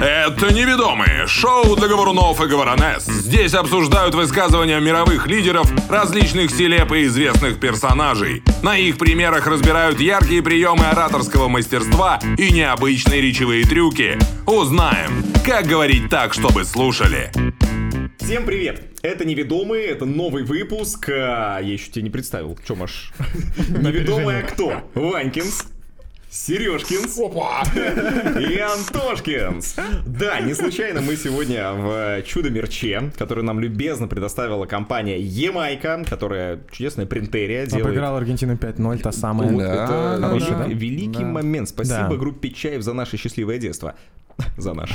Это «Неведомые» — шоу для говорунов и говоронесс. Здесь обсуждают высказывания мировых лидеров, различных селеп и известных персонажей. На их примерах разбирают яркие приемы ораторского мастерства и необычные речевые трюки. Узнаем, как говорить так, чтобы слушали. Всем привет! Это «Неведомые», это новый выпуск. а, Я еще тебя не представил. Че, Маш? Неведомые кто? Ванькинс. Сережкинс Опа! и Антошкинс. Да, не случайно мы сегодня в чудо-мерче, который нам любезно предоставила компания Емайка, которая чудесная принтерия делает. Обыграл Аргентину 5-0, та самая. Вот Да, Это да, велик- да. великий Да. момент. Спасибо Да. группе Чаев за наше счастливое детство. За наше.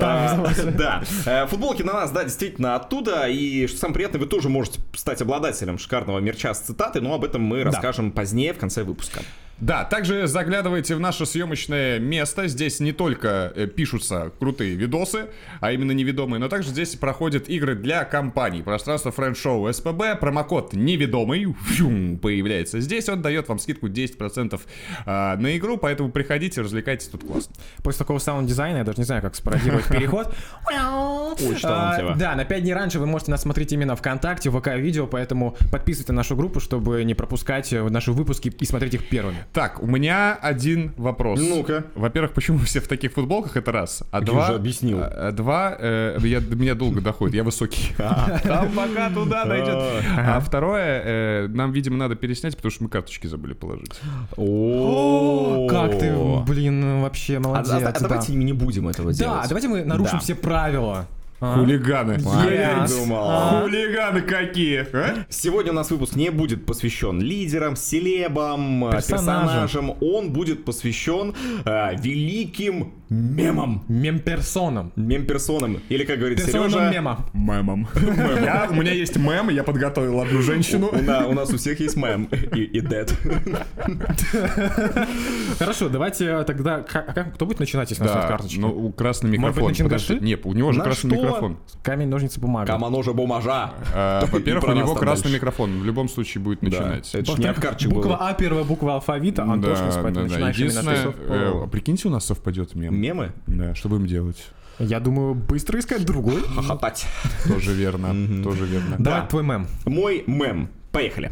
А, Да. Э, Футболки на нас, да, действительно оттуда. И что самое приятное, вы тоже можете стать обладателем шикарного мерча с цитатой, но об этом мы расскажем позднее в конце выпуска. Да, также заглядывайте в наше съемочное место. Здесь не только э, пишутся крутые видосы, а именно неведомые, но также здесь проходят игры для компаний. Пространство френд-шоу СПБ, промокод неведомый фью, появляется здесь. Он дает вам скидку 10% а, на игру, поэтому приходите, развлекайтесь, тут классно. После такого саунд-дизайна, я даже не знаю, как спародировать переход. Очень талантливо. Да, на 5 дней раньше вы можете нас смотреть именно ВКонтакте, в ВК-видео, поэтому подписывайтесь на нашу группу, чтобы не пропускать э, наши выпуски и смотреть их первыми. Так, у меня один вопрос. Ну-ка. Во-первых, почему все в таких футболках, это раз. А ты два... уже объяснил. а, а два... э, я, до меня долго доходит, я высокий. А. Там пока туда дойдет. А второе, э, нам, видимо, надо переснять, потому что мы карточки забыли положить. О, Как ты, блин, вообще А- молодец. а- а да. давайте не будем этого делать. Да, давайте мы нарушим Да. все правила. А? Хулиганы. Yes. думал. А. Хулиганы какие. а? Сегодня у нас выпуск не будет посвящен лидерам, селебам, э, Персонажам. персонажам. Он будет посвящен э, великим мемам. Мемперсоном. Мем-персонам. Или, как говорит Персоном Сережа, мема. Мемом. Я- У меня есть мем, я подготовил одну женщину. У, на- у нас у всех есть мем и, и дед. Хорошо, давайте э, тогда... ка- а как- Кто будет начинать, если у нас нет Да, карточки? ну у- красный Может быть, микрофон. начнем Подожди, дальше? Нет, у него же На красный что? микрофон. Камень, ножницы, бумага. Камоножа бумажа. А, И Во-первых, про у нас него там красный дальше. микрофон. В любом случае будет начинать. Это ж не Во-вторых, обкарчик буква был. А, первая буква алфавита, Антошкин, Да, поэтому да, да. начинаешь именно Единственное, с слов. э, а прикиньте, у нас совпадет мем. Мемы? Да, что будем делать? Я думаю, быстро искать другой. Хохотать. Тоже верно, тоже верно. Давай твой мем. Мой мем. Поехали.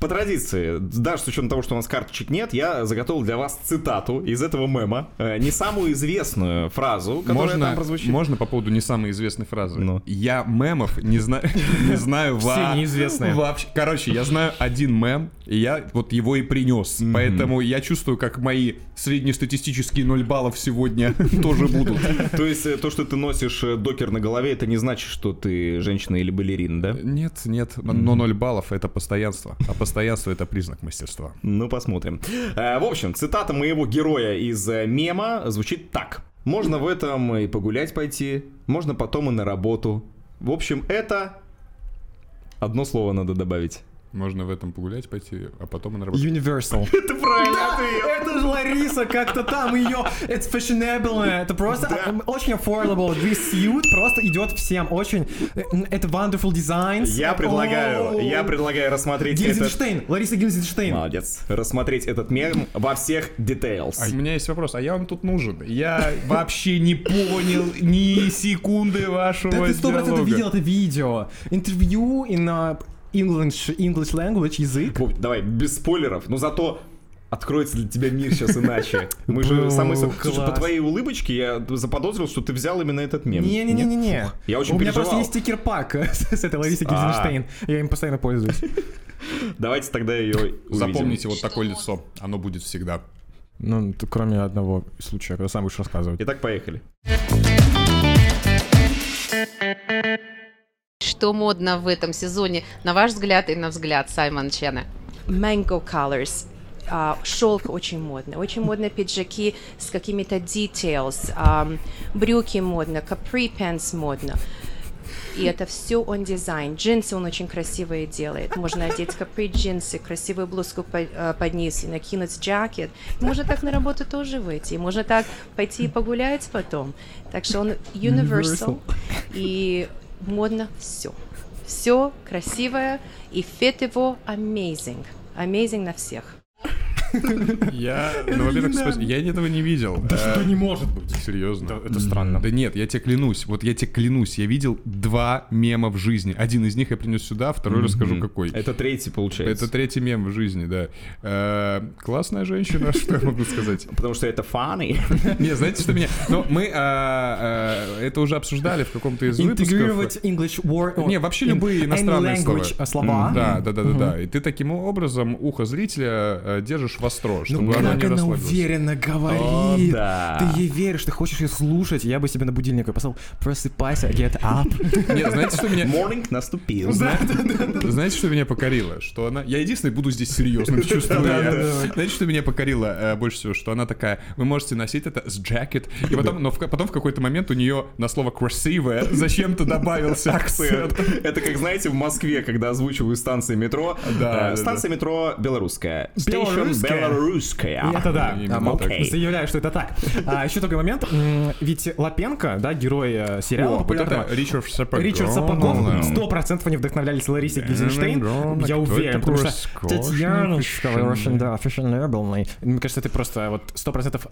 По традиции, даже с учетом того, что у нас карточек нет, я заготовил для вас цитату из этого мема. Э, не самую известную фразу, которая там Можно, прозвучит. можно по поводу не самой известной фразы? Ну. Я мемов не знаю, не знаю во- неизвестные. вообще. Короче, я знаю один мем, и я вот его и принес. Поэтому я чувствую, как мои среднестатистические 0 баллов сегодня тоже будут. То есть э, то, что ты носишь э, докер на голове, это не значит, что ты женщина или балерина, да? Нет, нет, но 0 баллов это постоянство, а постоянство это признак мастерства. Ну, посмотрим. Э, В общем, цитата моего героя из э, мема звучит так. Можно в этом и погулять пойти, можно потом и на работу. В общем, это... Одно слово надо добавить. Можно в этом погулять пойти, а потом и на работу. Universal. Это правильно Это же Лариса, как-то там ее, it's fashionable, это просто э, очень affordable, this suit просто идет всем, очень, э, м, это wonderful designs. Я предлагаю, О, я предлагаю рассмотреть этот... Гильзенштейн, Лариса Гильзенштейн. Молодец. Рассмотреть этот мем во всех А details. у меня есть вопрос, а я вам тут нужен? Я вообще не понял ни секунды вашего Да ты сто процентов диалога. видел это видео. Интервью in uh, English, English language, язык. Вов, Давай, без спойлеров, но зато откроется для тебя мир сейчас иначе. Мы же Бу, самые... Слушай, по класс. твоей улыбочке я заподозрил, что ты взял именно этот мем. Не-не-не-не-не. Я очень У меня переживал. просто есть стикер-пак с с этой Ларисой А. Гильзенштейн. Я им постоянно пользуюсь. Давайте тогда ее Запомните вот такое лицо, оно будет всегда. Ну, т- кроме одного случая, когда сам будешь рассказывать. Итак, поехали. Что модно в этом сезоне, на ваш взгляд и на взгляд Саймон Чена? Mango Colors. А, шелк очень модно. Очень модно пиджаки с какими-то details. ам, брюки модно, capri pants модно. И это все он дизайн. Джинсы он очень красивые делает. Можно одеть капри джинсы, красивую блузку по- э, под низ и накинуть джакет. И Можно так на работу тоже выйти. И Можно так пойти и погулять потом. Так что он Universal. universal. И модно все. Все красивое. И фит его amazing. Amazing на всех. Я, ну, во-первых, спа- я этого не видел. Да Э, что не может быть? Серьезно. Это- это странно. Да нет, я тебе клянусь, вот я тебе клянусь, я видел два мема в жизни. Один из них я принес сюда, а второй расскажу какой. Это третий, получается. Это третий мем в жизни, да. Э, классная женщина, что я могу сказать? Потому что это фаны. Не, знаете, что меня... Но мы а, а, это уже обсуждали в каком-то из выпусков. Интегрировать English word... Не, вообще in- любые any иностранные language, слова. а, слова. Да, да, да, да, да. И ты таким образом ухо зрителя э, держишь востро, Ну чтобы оно как не она расслабилось. уверенно говорит. О, да. Ты ей веришь, ты хочешь ее слушать. Я бы себе на будильник поставил «Просыпайся, get up». Нет, знаете, что меня... Морнинг наступил. Знаете, что меня покорило? Что она... Я единственный буду здесь серьезным, чувствую я. Знаете, что меня покорило э, больше всего? Что она такая, вы можете носить это с джакет. И потом, но в, ка- потом в какой-то момент у нее на слово красивое зачем-то добавился акцент. Это как, знаете, в Москве, когда озвучиваю станции метро. Да, Э, да, станция метро белорусская. Station Белорусская? белорусская. И это да. Именно А, так. окей. Заявляю, что это так. А еще такой момент. М, Ведь Лапенко, да, герой э, сериала О, вот это популярного, Ричард Сапогон. Ричард Да. Сапогов, сто процентов они вдохновлялись Ларисой Гизенштейн. Наверное, Я кто уверен, потому такой что роскошный, Татьяночка, фешенебельный. Russian, да, fashionable. Мне кажется, это просто вот сто процентов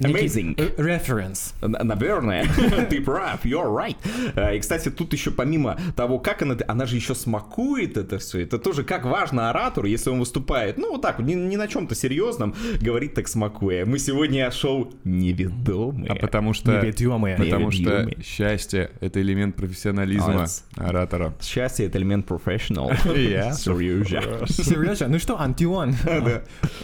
Amazing. Референс. Н- Наверное, ты прав, you're right. Э, И, кстати, тут еще помимо того, как она, она же еще смакует это все, это тоже как важно оратору, если он выступает, ну, вот так, вот, ни, ни на чем-то серьезном, говорит так смакуя. Мы сегодня о шоу неведомые. А потому что... Неведомые. Потому что Неведомые. счастье — это элемент профессионализма Молодец. оратора. Счастье — это элемент профессионал. Я Серьезно. Серьезно? Ну что, Антион?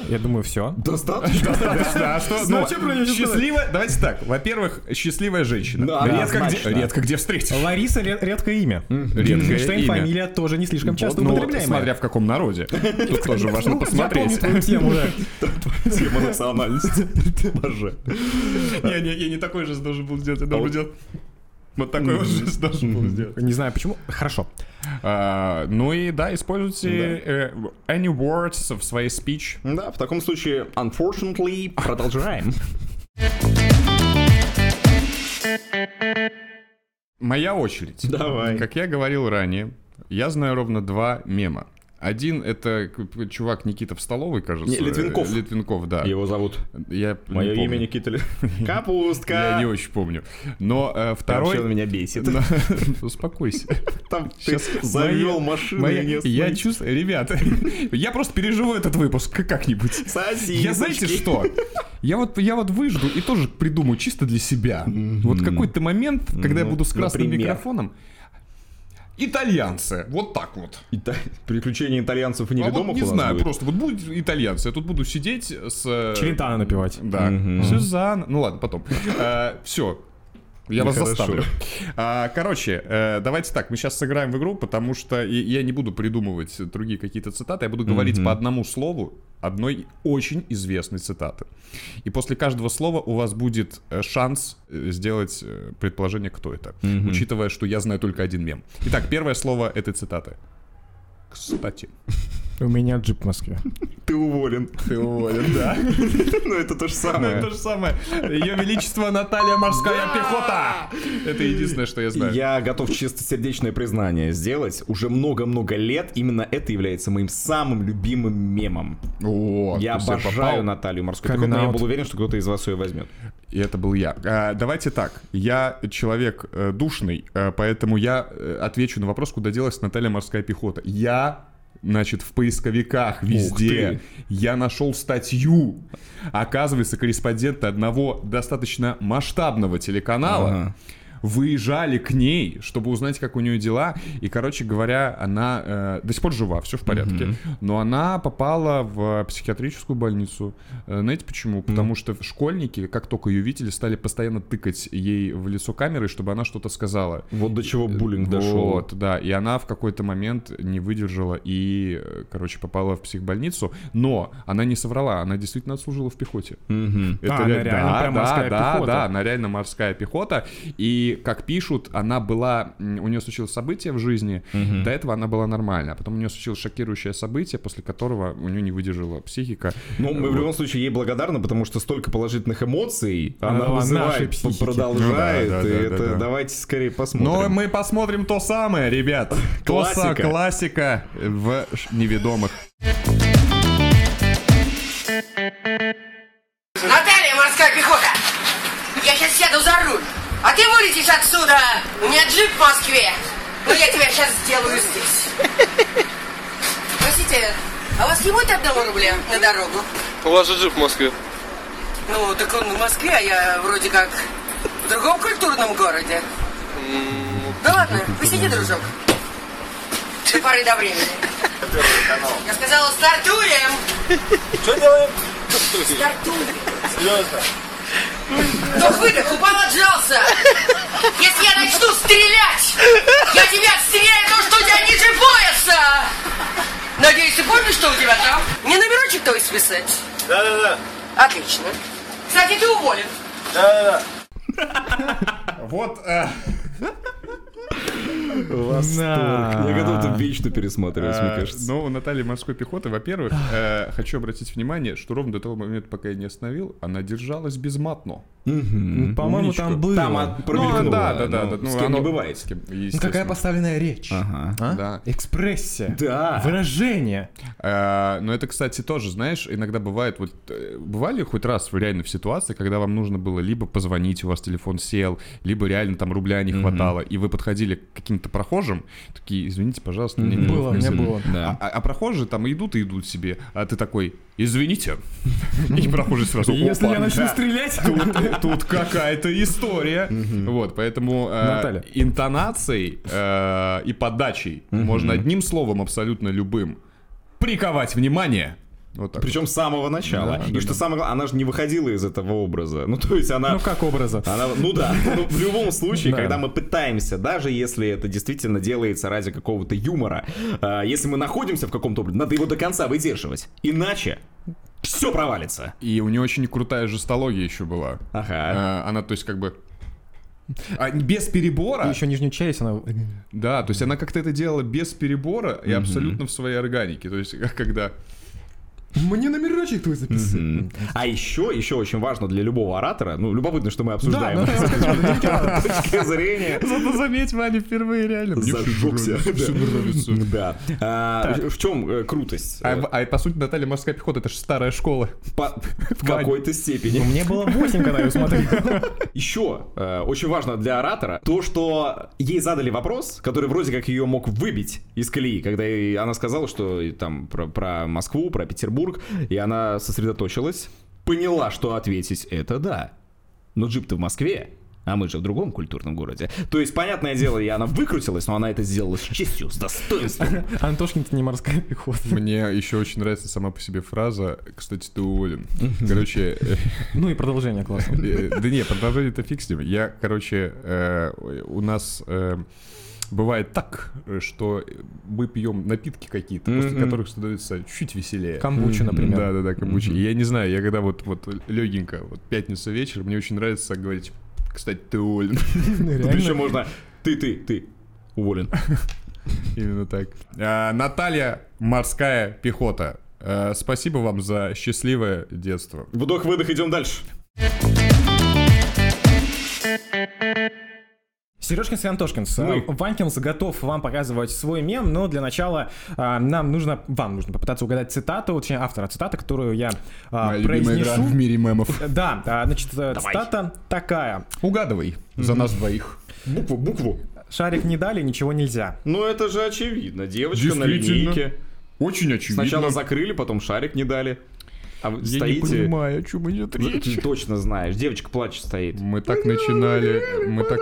Я думаю, все. Достаточно. Да, а что? Ну, ну, что про неё счастливая, давайте так. Во-первых, счастливая женщина. Да, редко, однозначно. где, редко где встретишь. Лариса ре- редкое имя. Редкое Гизенштейн имя. фамилия тоже не слишком часто Ну, употребляемая. смотря в каком народе. Тут тоже Ну, важно Я помню посмотреть. твою тему, да. Тема национальности. Боже. Не, не, я не такой же должен был сделать. Я должен делать... Вот такой вот жест должен был сделать. Не знаю почему. Хорошо. А, ну и да, используйте э, any words в своей speech. Да, в таком случае, unfortunately, продолжаем. Моя очередь. Давай. Как я говорил ранее, я знаю ровно два мема. Один это к- чувак Никита в столовой, кажется. Не, Литвинков. э, Литвинков, да. Его зовут. Я не Мое помню. имя Никита. Ле- Я Капустка. не очень помню. Но э, Вообще второй... он меня бесит. Успокойся. Там ты Сейчас завел моя- машину моя- и не Я остановил. чувствую... Ребята, я просто переживу этот выпуск к- как-нибудь. Сосисочки. Я знаете что? Я вот, я вот выжду и тоже придумаю чисто для себя. Вот какой-то момент, когда я буду с красным например. микрофоном. Итальянцы. Вот так вот. Ита- Приключения итальянцев и А вот неведомых не у нас знаю, будет? просто вот будут итальянцы. Я тут буду сидеть с... э, Челентано напевать. Да. Сюзанна. Ну ладно, потом. Все. Я вас Хорошо. заставлю. А, короче, э, давайте так, мы сейчас сыграем в игру, потому что и- я не буду придумывать другие какие-то цитаты, я буду говорить по одному слову одной очень известной цитаты. И после каждого слова у вас будет э, шанс э, сделать э, предположение, кто это, учитывая, что я знаю только один мем. Итак, первое слово этой цитаты. Кстати. У меня джип в Москве. Ты уволен. Ты уволен, да. Ну, это то же самое. То же самое. Ее Величество Наталья Морская Пехота. Это единственное, что я знаю. Я готов чистосердечное признание сделать. Уже много-много лет именно это является моим самым любимым мемом. О, я то есть обожаю попал. Наталью Морскую. Coming Пехоту, но я out. был уверен, что кто-то из вас ее возьмет. И это был я. А, давайте так. Я человек э, душный, э, поэтому я э, отвечу на вопрос, куда делась Наталья Морская Пехота. Я Значит, в поисковиках везде я нашел статью. Оказывается, корреспонденты одного достаточно масштабного телеканала Ага. выезжали к ней, чтобы узнать, как у нее дела. И, короче говоря, она э, до сих пор жива, все в порядке. Но она попала в психиатрическую больницу. Э, знаете почему? Потому что школьники, как только ее видели, стали постоянно тыкать ей в лицо камерой, чтобы она что-то сказала. Вот до чего буллинг вот, дошел. да. И она в какой-то момент не выдержала и, э, короче, попала в психбольницу. Но она не соврала, она действительно отслужила в пехоте. А, Это она реаль- реально да, прям да, морская да, пехота. да, она реально морская пехота. И, как пишут, она была... м, У нее случилось событие в жизни. До этого она была нормальная. А потом у нее случилось шокирующее событие, после которого у нее не выдержала психика. Ну, мы в любом случае ей благодарны, потому что столько положительных эмоций А, она, Она дала нашей вызывает, психике. продолжает. Ну да, да, и да, это да, да. давайте скорее Но Ну, посмотрим. мы посмотрим то самое, ребят. То са- Классика. классика в ш- неведомых. А ты вылетишь отсюда! У меня джип в Москве! Ну я тебя сейчас сделаю здесь. Простите, а у вас не будет одного рубля на дорогу? У вас же джип в Москве. Ну, так он в Москве, а я вроде как в другом культурном городе. Да ладно, посиди, дружок. До поры до времени. Я сказала, стартуем! Что делаем? Стартуем! Серьезно? Вдох, выдох, упал, отжался. Если я начну стрелять, я тебя отстреляю, потому что у тебя ниже пояса. Надеюсь, ты помнишь, что у тебя там? Не номерочек твой списать? Да-да-да. Отлично. Кстати, ты уволен. Да-да-да. Вот... э, Восторг. Я готов это вечно пересматривать, мне э, кажется. Ну, у Натальи морской пехоты, во-первых, э, хочу обратить внимание, что ровно до того момента, пока я не остановил, она держалась безматно. По-моему, умничка. там было. Там от- промелькнуло. Ну, да, да, да, Ну, да. Ну, с кем оно- не бывает. с кем, Ну, какая естественно. поставленная речь. Ага. А? Да. Экспрессия. Да. Выражение. А, Но это, кстати, тоже, знаешь, иногда бывает, вот э, бывали хоть раз вы реально в ситуации, когда вам нужно было либо позвонить, у вас телефон сел, либо реально там рубля не хватало, и вы подходили к каким-то прохожим, такие, извините, пожалуйста, мне Было, неловко, у меня извините». было. А, Да. а- а прохожие там идут и идут себе, а ты такой, извините, и прохожий сразу, Если «Опа, я начну да». стрелять, Тут, тут какая-то история. Вот, поэтому э, Наталья. интонацией э, и подачей можно одним словом абсолютно любым приковать внимание. Вот так. Причем с самого начала. Да, и да, что самое главное, она же не выходила из этого образа. Ну, то есть она... ну как образа. А. Она, ну да, ну, в любом случае, Да. когда мы пытаемся, даже если это действительно делается ради какого-то юмора, а, если мы находимся в каком-то образе, надо его до конца выдерживать. Иначе все провалится. И у нее очень крутая жестология еще была. Ага. Э, она, то есть, как бы... а, без перебора. И еще нижнюю челюсть она... Да, то есть она как-то это делала без перебора и абсолютно в своей органике. То есть, как- когда... Мне номерочек твой записывай. М. А еще, еще очень важно для любого оратора, ну, любопытно, что мы Да, обсуждаем ну, с точки зрения. Зато заметь, Ваня впервые реально... Мне всё Зажёгся. нравится, всё нравится. Да. А, В чем крутость? Э, А, а по сути, Наталья морская пехота, это же старая школа. По- В Вань. какой-то степени. Ну, Мне было 8, когда я ее смотрел. Еще э, очень важно для оратора то, что ей задали вопрос, который вроде как ее мог выбить из колеи, когда ей- она сказала, что и там про, про Москву, про Петербург, и она сосредоточилась, поняла, что ответить это да. Но джип-то в Москве, а мы же в другом культурном городе. То есть, понятное дело, и она выкрутилась, но она это сделала с честью, с достоинством. Антошкин, это не морская пехота. Мне еще очень нравится сама по себе фраза «Кстати, ты уволен». Короче, э, Ну и продолжение классно. э, да не, продолжение-то фиг с ним. Я, короче, э, у нас э, бывает так, что мы пьем напитки какие-то, после которых становится чуть веселее. Камбучу, например. Да, да, да, камбучи. И Я не знаю, я когда вот, вот легенько, вот пятница вечер, мне очень нравится говорить «Кстати, ты уволен». Ну, Причем можно ты, ты, ты уволен. Именно так. А, Наталья Морская Пехота. э, Спасибо вам за счастливое детство. Вдох-выдох, идем дальше. Сережкинс и Антошкинс, Мы. а, Ванькинс готов вам показывать свой мем, но для начала а, нам нужно, вам нужно попытаться угадать цитату, точнее автора цитаты, которую я а, Моя любимая игра произнесу. в мире мемов. Да, а, значит, э, цитата такая. Угадывай за нас двоих. Букву, букву. Шарик не дали, ничего нельзя. Ну это же очевидно. Девочка на Действительно. линейке. Очень очевидно. Сначала закрыли, потом шарик не дали. А вы Я стоите... не понимаю, о чем идет Ну, ты речь. точно знаешь. Девочка плачет стоит. Мы так начинали, мы так...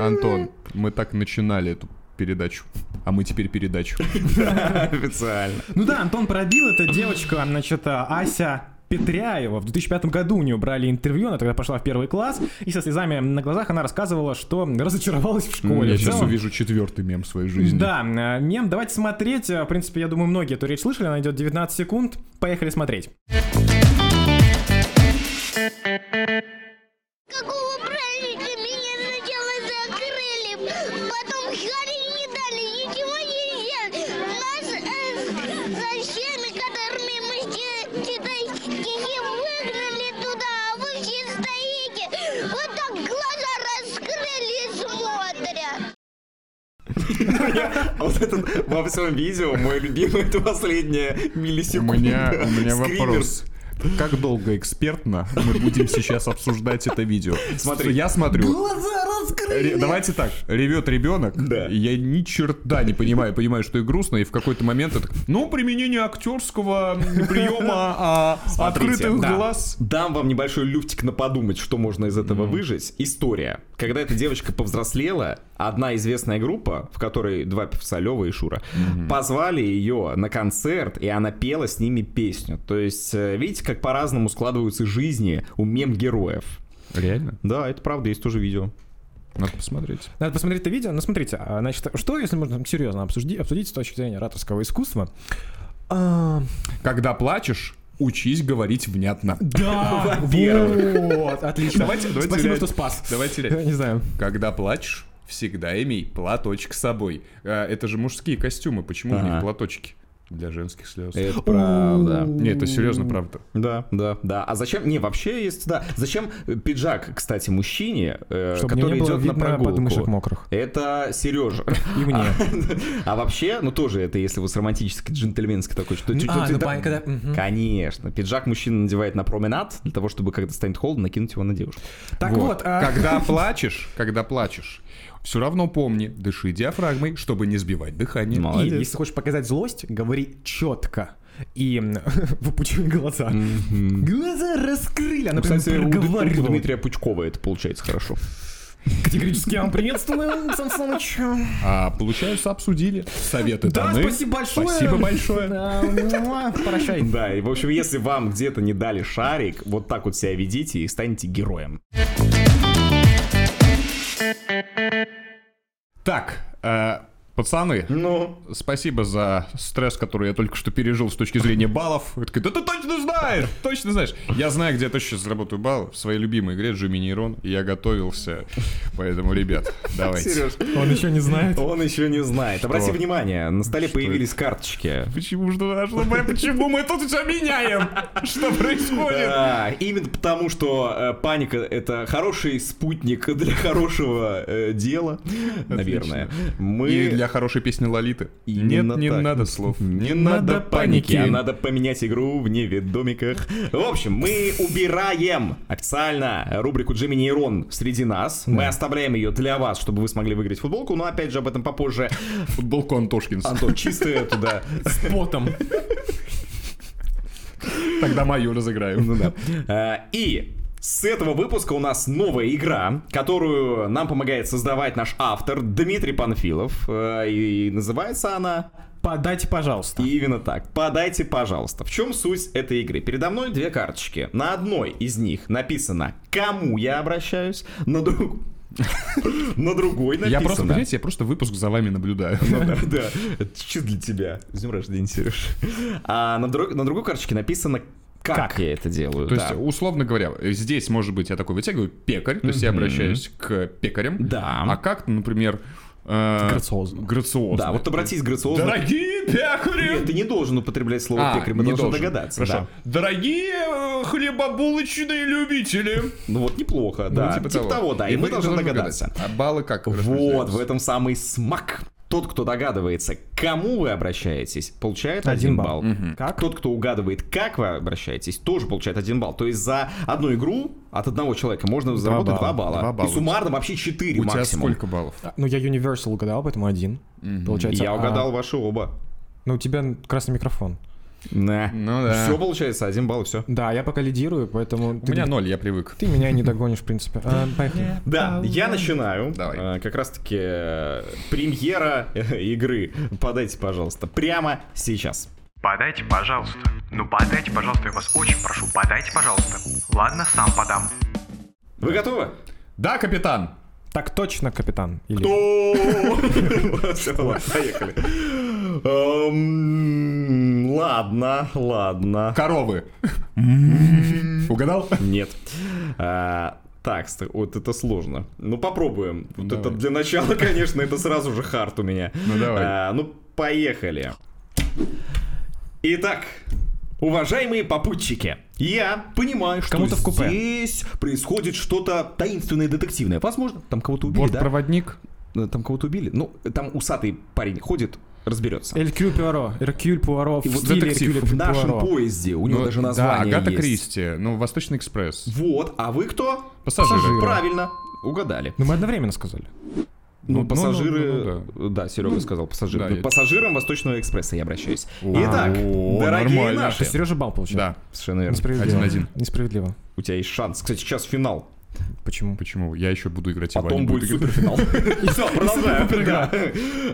Антон, мы так начинали эту передачу. А мы теперь передачу. Официально. Ну да, Антон пробил, это девочка, значит, а, Ася Петряева. В 2005 году у нее брали интервью, она тогда пошла в первый класс, и со слезами на глазах она рассказывала, что разочаровалась в школе. Я В сейчас целом- увижу четвертый мем в своей жизни. Да, э, мем, давайте смотреть. Э, В принципе, я думаю, многие эту речь слышали, она идет 19 секунд. Поехали смотреть. Какого праздника меня сначала закрыли, потом Харик не дали, ничего нельзя. Нас э, со всеми, которыми мы читаем, выгнали туда, а вы все стоите. Вот так глаза раскрыли, смотрят. А Вот это во всем видео мой любимый, это последняя У миллисекунда. меня, у меня Скример. вопрос. Как долго экспертно мы будем сейчас обсуждать это видео? Смотри. Я смотрю. Глаза Ре- раскрыли. Давайте так, ревет ребенок, Да. я ни черта не понимаю, понимаю, что и грустно, и в какой-то момент это, ну, применение актерского приема а, Смотрите, открытых да. глаз. Дам вам небольшой люфтик на подумать, что можно из этого выжить. История. Когда эта девочка повзрослела, одна известная группа, в которой два певца Лева и Шура, позвали ее на концерт, и она пела с ними песню. То есть, э, видите, как по-разному складываются жизни у мем-героев. Реально? Да, это правда, есть тоже видео. Надо посмотреть. Надо посмотреть это видео. Ну, смотрите, а, значит, что, если можно серьезно обсудить, обсудить с точки зрения ораторского искусства? А, Когда плачешь, учись говорить внятно. да, вот, отлично. Давайте- давайте Спасибо, реально- что спас. Давайте Я реально. не знаю. Когда плачешь, всегда имей платочек с собой. А, Это же мужские костюмы, почему у них Ага. платочки? Для женских слез. Это правда. Не, это серьезно, правда. Да, да, да. А зачем? Не, вообще есть, да. Зачем э, пиджак, кстати, мужчине, э, Чтобы мне который не было идет на видно прогулку? подмышек мокрых. Это Сережа. И мне. А вообще, ну тоже это, если вы с романтической, джентльменской такой, что чуть-чуть... А, ну, да- понятно, когда- мгм. Конечно. Пиджак мужчина надевает на променад для того, чтобы, когда станет холодно, накинуть его на девушку. Так вот, а, Когда плачешь, когда плачешь, все равно помни, дыши диафрагмой, чтобы не сбивать дыхание. И Молодец. если хочешь показать злость, говори четко. И м, выпучивай глаза. Глаза раскрыли. а, Она Ну, прям кстати, у, Д- у проговаривала. Дмитрия Пучкова это получается хорошо. Категорически я вам приветствую, Сан Саныч. А получается, обсудили. Советы Да, даны. А спасибо большое. Спасибо большое. Да, муа, Прощай. Да, и в общем, если вам где-то не дали шарик, вот так вот себя ведите и станете героем. Так, э, пацаны, Ну, спасибо за стресс, который я только что пережил с точки зрения баллов. Вы такие, да ты точно знаешь, точно знаешь. Я знаю, где я точно сейчас заработаю баллы. В своей любимой игре Джимми Нейрон. И Я готовился. Поэтому, ребят, давайте. Сереж, Он еще не знает. он еще не знает. Обрати внимание, на столе появились карточки. Почему что нашло? Почему мы тут все меняем? Что происходит? Да, А, именно потому, что э, паника это хороший спутник для хорошего э, дела, наверное. Мы И для хорошей песни Лолиты. Именно Нет, не так. надо слов. не надо надо паники. паники, а надо поменять игру в неведомиках. В общем, мы убираем официально рубрику Джимми Нейрон среди нас. Мы оставляем ее для вас, чтобы вы смогли выиграть футболку, но опять же об этом попозже. Футболку Антошкинс. Антон, чистая туда. С потом. Тогда мою разыграю. Э, И с этого выпуска у нас новая игра, которую нам помогает создавать наш автор Дмитрий Панфилов. Э, И называется она Подайте, пожалуйста. Именно так. Подайте, пожалуйста. В чем суть этой игры? Передо мной две карточки. На одной из них написано, кому я обращаюсь, на друг- На другой написано. Ну Я просто, понимаете, я просто выпуск за вами наблюдаю. Да, да. Это чё для тебя. С днем рождения, Сереж. А на, друг- на другой карточке написано, как, Как? я это делаю. То есть, да. условно говоря, здесь, может быть, я такой вытягиваю пекарь, то есть я обращаюсь к пекарям. Да. А как, например... э, Грациозно. Грациозно. Да, вот обратись грациозно. Дорогие Нет, пекари! ты не должен употреблять слово А, пекарь, мы не должны должен. догадаться. Хорошо. да. Дорогие э, хлебобулочные любители! Ну вот неплохо, да. Ну, типа, того. да. И, мы должны догадаться. А баллы как Вот, распределяются? в этом самый смак. Тот, кто догадывается, к кому вы обращаетесь, получает один, балл. Как? Тот, кто угадывает, как вы обращаетесь, тоже получает один балл. То есть за одну игру от одного человека можно заработать два балла. балла. Два балла. И суммарно вообще четыре У тебя максимум. сколько баллов? Ну, я Universal угадал, поэтому один. Получается, Я а, угадал ваши оба. Ну, у тебя красный микрофон. Ну да. Все получается, один балл, все. Да, я пока лидирую, поэтому... У меня ну ноль, я привык. Ты меня не догонишь, в принципе. А, Поехали. Да, я начинаю. Давай. Э, Как раз-таки э, премьера э, игры. Подайте, пожалуйста, прямо сейчас. Подайте, пожалуйста. Ну подайте, пожалуйста, я вас очень прошу, подайте, пожалуйста. Ладно, сам подам. Вы готовы? Да, капитан! Так точно, капитан. Или... Всё, ладно, Поехали. Эм, Ладно, ладно. Коровы. Угадал? Нет. А, Так, ст- вот это сложно. Ну попробуем. Вот это Давай. для начала, конечно, это сразу же хард у меня. Ну, давай. А, Ну поехали. Итак, уважаемые попутчики, я понимаю, что Кому-то в купе. здесь происходит что-то таинственное, детективное. Возможно, там кого-то убили, да? Бортпроводник. Э, Там кого-то убили. Ну, там усатый парень ходит, э, разберется. Элькюль Пуаро. Эркюль Пуаро. И в вот стиле детектив Эркюля в нашем Пуаро. поезде, у него Ну, даже Да, название Агата есть. Кристи, ну, Восточный экспресс. Вот, а вы кто? Пассажиры. Правильно, угадали. Ну мы одновременно сказали. Ну, Ну, пассажиры... ну, ну, да. Серега сказал пассажиры. да, Ну, я- Пассажирам Восточного экспресса я обращаюсь. О, Итак, о, дорогие нормально. То наши... есть Сережа бал получил. Да. Совершенно верно. Несправедливо. Один-один. Несправедливо. У тебя есть шанс. Кстати, сейчас финал. Почему? Почему? Я еще буду играть, и Потом Ваня будет играть. суперфинал. Все, продолжаем. Да.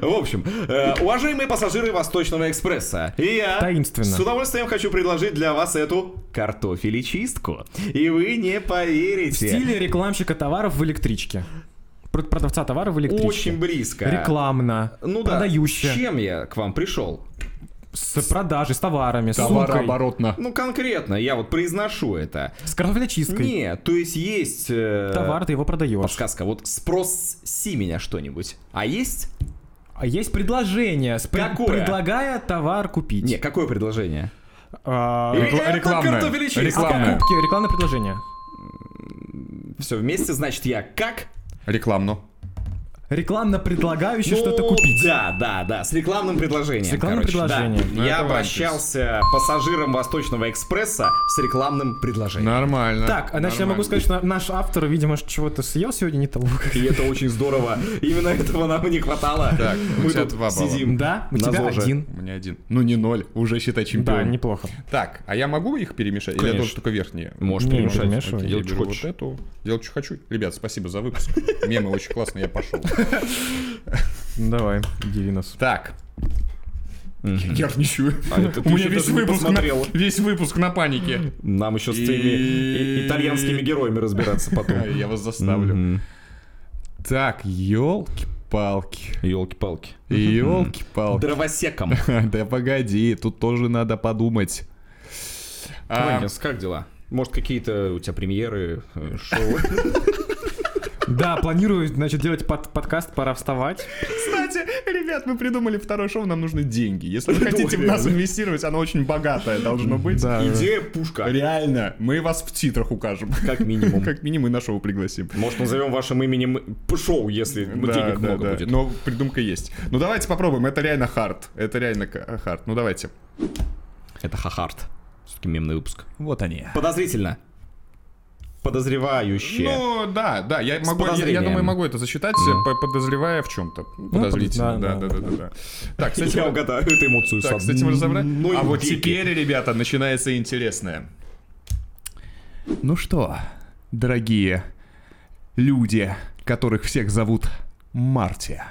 В общем, э, уважаемые пассажиры Восточного экспресса, я Таинственно. с удовольствием хочу предложить для вас эту картофелечистку. И вы не В поверите. стиле рекламщика товаров в электричке. Про- Продавца товаров в электричке. Очень близко. Рекламно. Ну да. Продающе. С чем я к вам пришел? С продажей, с товарами, с сумкой. Товарооборотно. Ну, конкретно, я вот произношу это. С кровлячисткой. Не, то есть есть... э, Товар ты его продаешь. Подсказка. Вот спроси меня что-нибудь. А есть? А есть предложение. с пред- Какое? Предлагая товар купить. Не, какое предложение? А, Или рекла- это рекламное. картофелечистка? Рекламное. Покупки, рекламное предложение. Все вместе, значит, я как? Рекламно. Рекламно предлагающее что-то Ну, купить. Да, да, да, с рекламным предложением. С рекламным короче, да. предложением. Ну, Я это One Piece. обращался пассажирам Восточного экспресса с рекламным предложением. Нормально. Так, а значит, я могу Нормально. сказать, что наш автор, видимо, ж чего-то съел сегодня не того. как- И это очень здорово. Именно этого нам и не хватало. Так, у Мы тебя тут два балла. сидим. Да, у На тебя зоже. один. У меня один. Ну, не ноль. Уже считай чемпион. Да, неплохо. Так, а я могу их перемешать? Или я Конечно. должен только верхние? Можешь Не, перемешать. перемешивай. Окей, Я делай, что беру хочешь. вот эту. Делать, что хочу. Ребят, спасибо за выпуск. Мемы очень классные, я пошел. Давай, удиви нас. Так. Я нервничаю. А это ты У меня еще весь даже не выпуск, на, посмотрел. весь выпуск на панике. Нам еще с И- твоими и- итальянскими героями разбираться А, потом. Я вас заставлю. Так, елки-палки. Елки-палки. Елки-палки. Дровосеком. Да погоди, тут тоже надо подумать. А, Ванькинс, как дела? Может, какие-то у тебя премьеры, э, шоу? Да, планирую, значит, делать под- подкаст «Пора вставать». Кстати, ребят, мы придумали второе шоу, нам нужны деньги. Если вы хотите в нас инвестировать, оно очень богатое должно быть. Идея пушка. Реально, мы вас в титрах укажем. Как минимум. Как минимум и на шоу пригласим. Может, назовем вашим именем э, п- шоу, если Да, денег да, много да. будет. Но придумка есть. Ну давайте попробуем, это реально хард. Это реально к- хард. Ну давайте. Это хахарт. Все-таки мемный выпуск. Вот они. Подозрительно. Подозревающие. Ну да, да, я могу, я- я, подозрением. думаю, могу это засчитать, по- подозревая в чем-то. Подозрительно, Ну, да, да, да, да, да, да, да. Так, кстати, Я вот- угадаю эту эмоцию Так, с с этим разобрать. одной А вот дырки. теперь, ребята, начинается интересное. Ну что, дорогие люди, которых всех зовут Марти.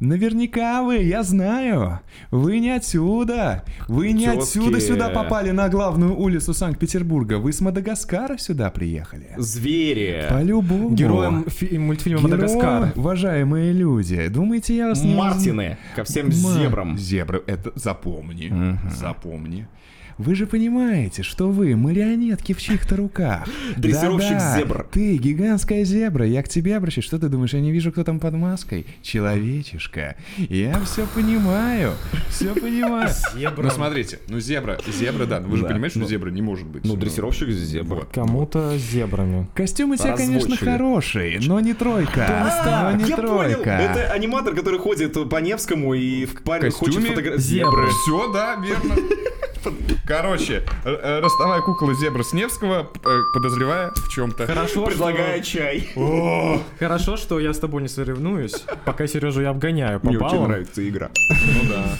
Наверняка вы, я знаю, вы не отсюда, вы не Тётки. отсюда сюда попали на главную улицу Санкт-Петербурга, вы с Мадагаскара сюда приехали. Звери. По-любому. Героем фи- мультфильма Э, Героем, «Мадагаскар». уважаемые люди, думаете, я вас не узнал? Мартины. Ко всем Ма- зебрам. Зебры, это запомни, запомни. Вы же понимаете, что вы марионетки в чьих-то руках. Дрессировщик Да-да, зебр. Ты гигантская зебра, я к тебе обращаюсь. Что ты думаешь, я не вижу, кто там под маской? Человечишка. Я все понимаю, все понимаю. Ну смотрите, ну зебра, зебра, да, ну вы же понимаете, что зебра не может быть. Ну, дрессировщик зебр. Кому-то с зебрами. Костюм у тебя, конечно, Разводчики. хороший, но не тройка. Но не я понял. тройка. Это аниматор, который ходит по Невскому и в паре костюме хочет фотографировать. зебры. Все, да, верно. Короче, э, э, ростовая кукла зебра с Невского, э, подозревая в чем-то. Хорошо, Предлагая чай. Хорошо, что я с тобой не соревнуюсь. Пока Сережу я обгоняю по Мне очень баллам. нравится игра.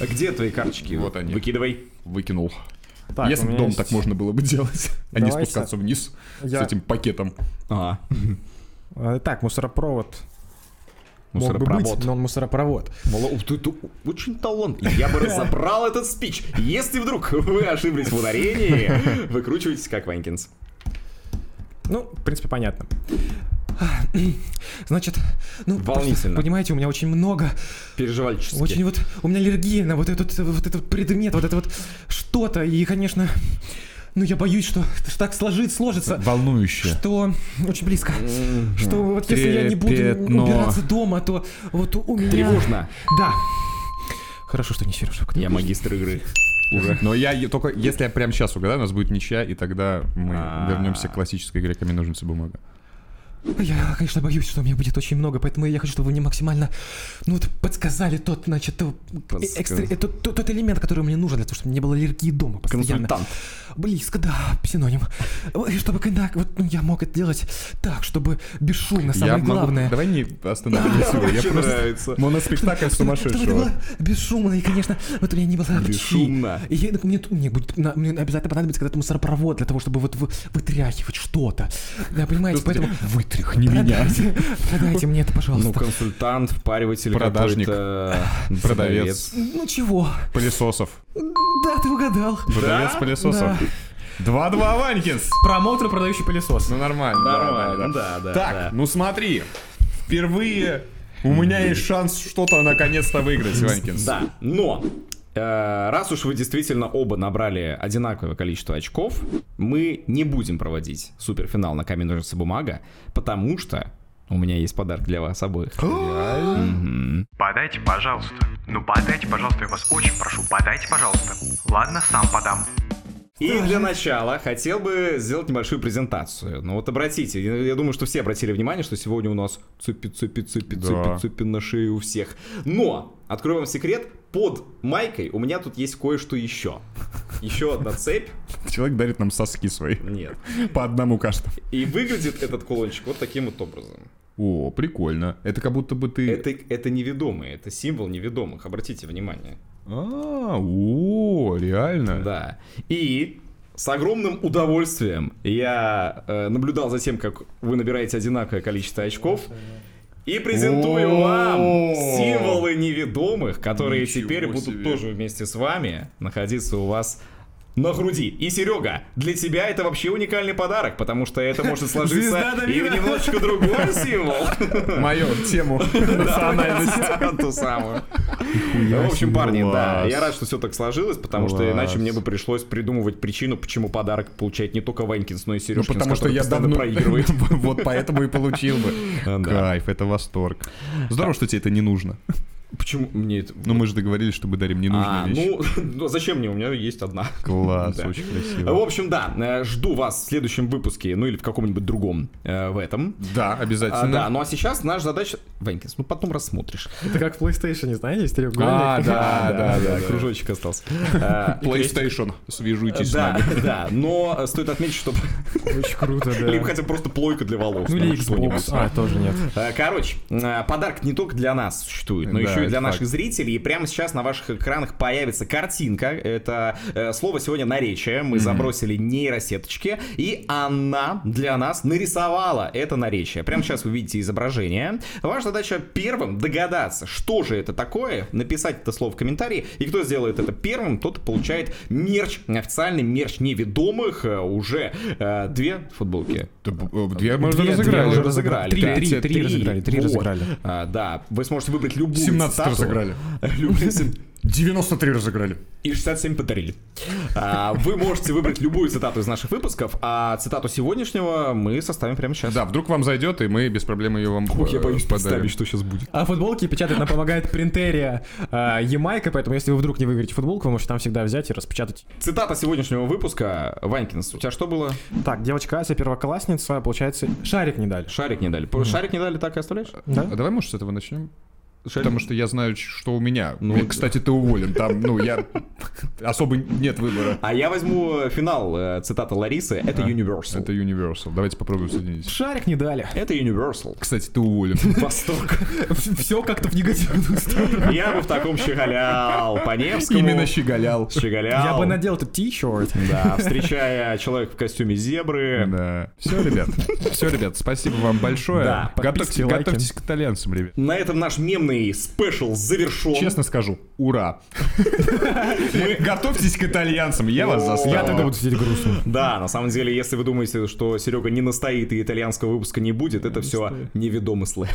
А Где твои карточки? Вот они. Выкидывай. Выкинул. Так, Если у бы меня дом есть- так можно было бы делать, а не Давай, спускаться вниз с я- этим пакетом. А, А, Так, мусоропровод. Мог бы Мусоропровод. быть, но он мусоропровод. Мол, ты, ты очень талант. Я бы разобрал этот спич. Если вдруг вы ошиблись в ударении, выкручивайтесь как Ванькинс. Ну, в принципе, понятно. Значит, ну, Волнительно. понимаете, у меня очень много Переживальчески. Очень вот у меня аллергия на вот этот вот этот предмет, вот это вот что-то, и, конечно, ну я боюсь, что так сложит, сложится, Волнующе. что очень близко, что вот если я не буду Трепетно. убираться дома, то вот у меня... Тревожно. Да. Хорошо, что не Сережа. Я магистр игры. Но я е- только, если я прямо сейчас угадаю, у нас будет ничья, и тогда мы А. вернемся к классической игре «Камень, ножницы, бумага». Я, конечно, боюсь, что у меня будет очень много, поэтому я хочу, чтобы вы мне максимально, ну вот, подсказали тот, значит, э, Подсказ- экстра- э, тот, тот- тот элемент, который мне нужен для того, чтобы не было аллергии дома постоянно. Консультант. Близко, да, синоним. И чтобы когда вот ну, я мог это делать так, чтобы бесшумно, самое Я могу- главное. Давай не остановимся. Мне Я очень просто... нравится. Моноспектакль Чтобы это сумасшедшего. было бесшумно, и, конечно, вот у меня не было аппетита. Бесшумно. И я, так мне, тут- мне будет, на- мне обязательно понадобится когда-то мусоропровод для того, чтобы вот вы- вытряхивать что-то. Да, понимаете, поэтому... Вытряхни меня. Продайте, продайте мне это, Ну, пожалуйста. консультант, впариватель Продажник. какой-то, Продавец Ну чего? пылесосов. Да, ты угадал. Продавец пылесосов. 2-2, Ванькинс. Промоутер, продающий пылесос. Ну нормально. Нормально, да, да. Так, да. ну смотри, впервые у меня есть шанс что-то наконец-то выиграть, Ванькинс. Да, но э, раз уж вы действительно оба набрали одинаковое количество очков, мы не будем проводить суперфинал на камень ножницы бумага, потому что у меня есть подарок для вас обоих. Подайте, пожалуйста. Ну подайте, пожалуйста, я вас очень прошу, подайте, пожалуйста. Ладно, сам подам. И для начала хотел бы сделать небольшую презентацию. Ну вот обратите, я, я думаю, что все обратили внимание, что сегодня у нас цепи, цепи, цепи, Да. цепи, цепи на шее у всех. Но, открою вам секрет, под майкой у меня тут есть кое-что еще. Еще одна цепь. Человек дарит нам соски свои. Нет. По одному каждому. И выглядит этот кулончик вот таким вот образом. О, прикольно. Это как будто бы ты... Это, это неведомые, это символ неведомых, обратите внимание. А, о, реально. Да. И с огромным удовольствием я э, наблюдал за тем, как вы набираете одинаковое количество очков. И презентую О! вам символы неведомых, которые Ничего теперь будут себе. тоже вместе с вами находиться у вас на груди. И, Серега, для тебя это вообще уникальный подарок, потому что это может сложиться и в немножечко другой символ. Мою тему национальности. Ту самую. Ну, в общем, себе. парни, да, Класс. я рад, что все так сложилось, потому что Класс. иначе мне бы пришлось придумывать причину, почему подарок получает не только Ванькинс, но и Ну, Сережкин, потому что я давно... проигрывает. Вот поэтому и получил бы. Кайф, это восторг. Здорово, что тебе это не нужно. Почему мне это... Ну, мы же договорились, что мы дарим А, ненужные вещи. ну, ну, зачем мне? У меня есть одна. Класс, Да. очень В красиво. общем, да, э, жду вас в следующем выпуске, ну или в каком-нибудь другом э, в этом. Да, А, да, обязательно. ну а сейчас наша задача... Ванькинс, ну потом рассмотришь. Это как в PlayStation, знаете, есть А, треугольник. да, да, да. Кружочек остался. Э, PlayStation, свяжитесь с Да, нами. да, но э, стоит отметить, что... Очень круто, Либо да. хотя бы просто плойка для волос. Ну или там, что-нибудь. Xbox. А, тоже нет. Э, Короче, э, подарок не только для нас существует, но Да, еще и это для наших факт. зрителей. И прямо сейчас на ваших экранах появится картинка. Это э, слово сегодня наречие. Мы забросили нейросеточки, и она для нас нарисовала это наречие. Прямо сейчас вы видите изображение. Ваша задача первым догадаться, что же это такое, написать это слово в комментарии, и кто сделает это первым, тот и получает мерч, официальный мерч неведомых, э, уже э, две футболки. Да, б- э, Две мы уже две разыграли. уже Уже разыграли. Три, да. три, три разыграли, три Вот. разыграли. А, да, вы сможете выбрать любую цитату. 17 разыграли. Любую цит- 93 разыграли. И 67 подарили. А, вы можете выбрать любую цитату из наших выпусков, а цитату сегодняшнего мы составим прямо сейчас. Да, вдруг вам зайдет, и мы без проблем ее вам Ох, я э, боюсь подарим. представить, что сейчас будет. А футболки печатать нам помогает принтерия а, Ямайка, поэтому если вы вдруг не выиграете футболку, вы можете там всегда взять и распечатать. Цитата сегодняшнего выпуска. Ванькинс, у тебя что было? Так, девочка Ася, первоклассница, получается, шарик не дали. Шарик не дали. Шарик не дали, так и оставляешь? Да? А давай, может, с этого начнем? Шарик- Потому что я знаю, ч- что у меня. Ну, Блин, Кстати, ты уволен. Там, ну, я... Особо нет выбора. А я возьму э, финал э, цитата Ларисы. А, Это Universal. Это Universal. Давайте попробуем соединить. Шарик не дали. Это Universal. Кстати, ты уволен. Восток. Все как-то в негативную сторону. Я бы в таком щеголял по Невскому. Именно щеголял. Щеголял. Я бы надел этот ти-шорт. Да, встречая человека в костюме зебры. Да. Все, ребят. Все, ребят, спасибо вам большое. Да, подписки, готовьтесь, лайки. готовьтесь к итальянцам, ребят. На этом наш мемный спешл завершен. Честно скажу, ура. Вы Готовьтесь к итальянцам, я вас заставил. Я тогда буду сидеть грустно. Да, на самом деле, если вы думаете, что Серега не настоит и итальянского выпуска не будет, это все неведомый слэм.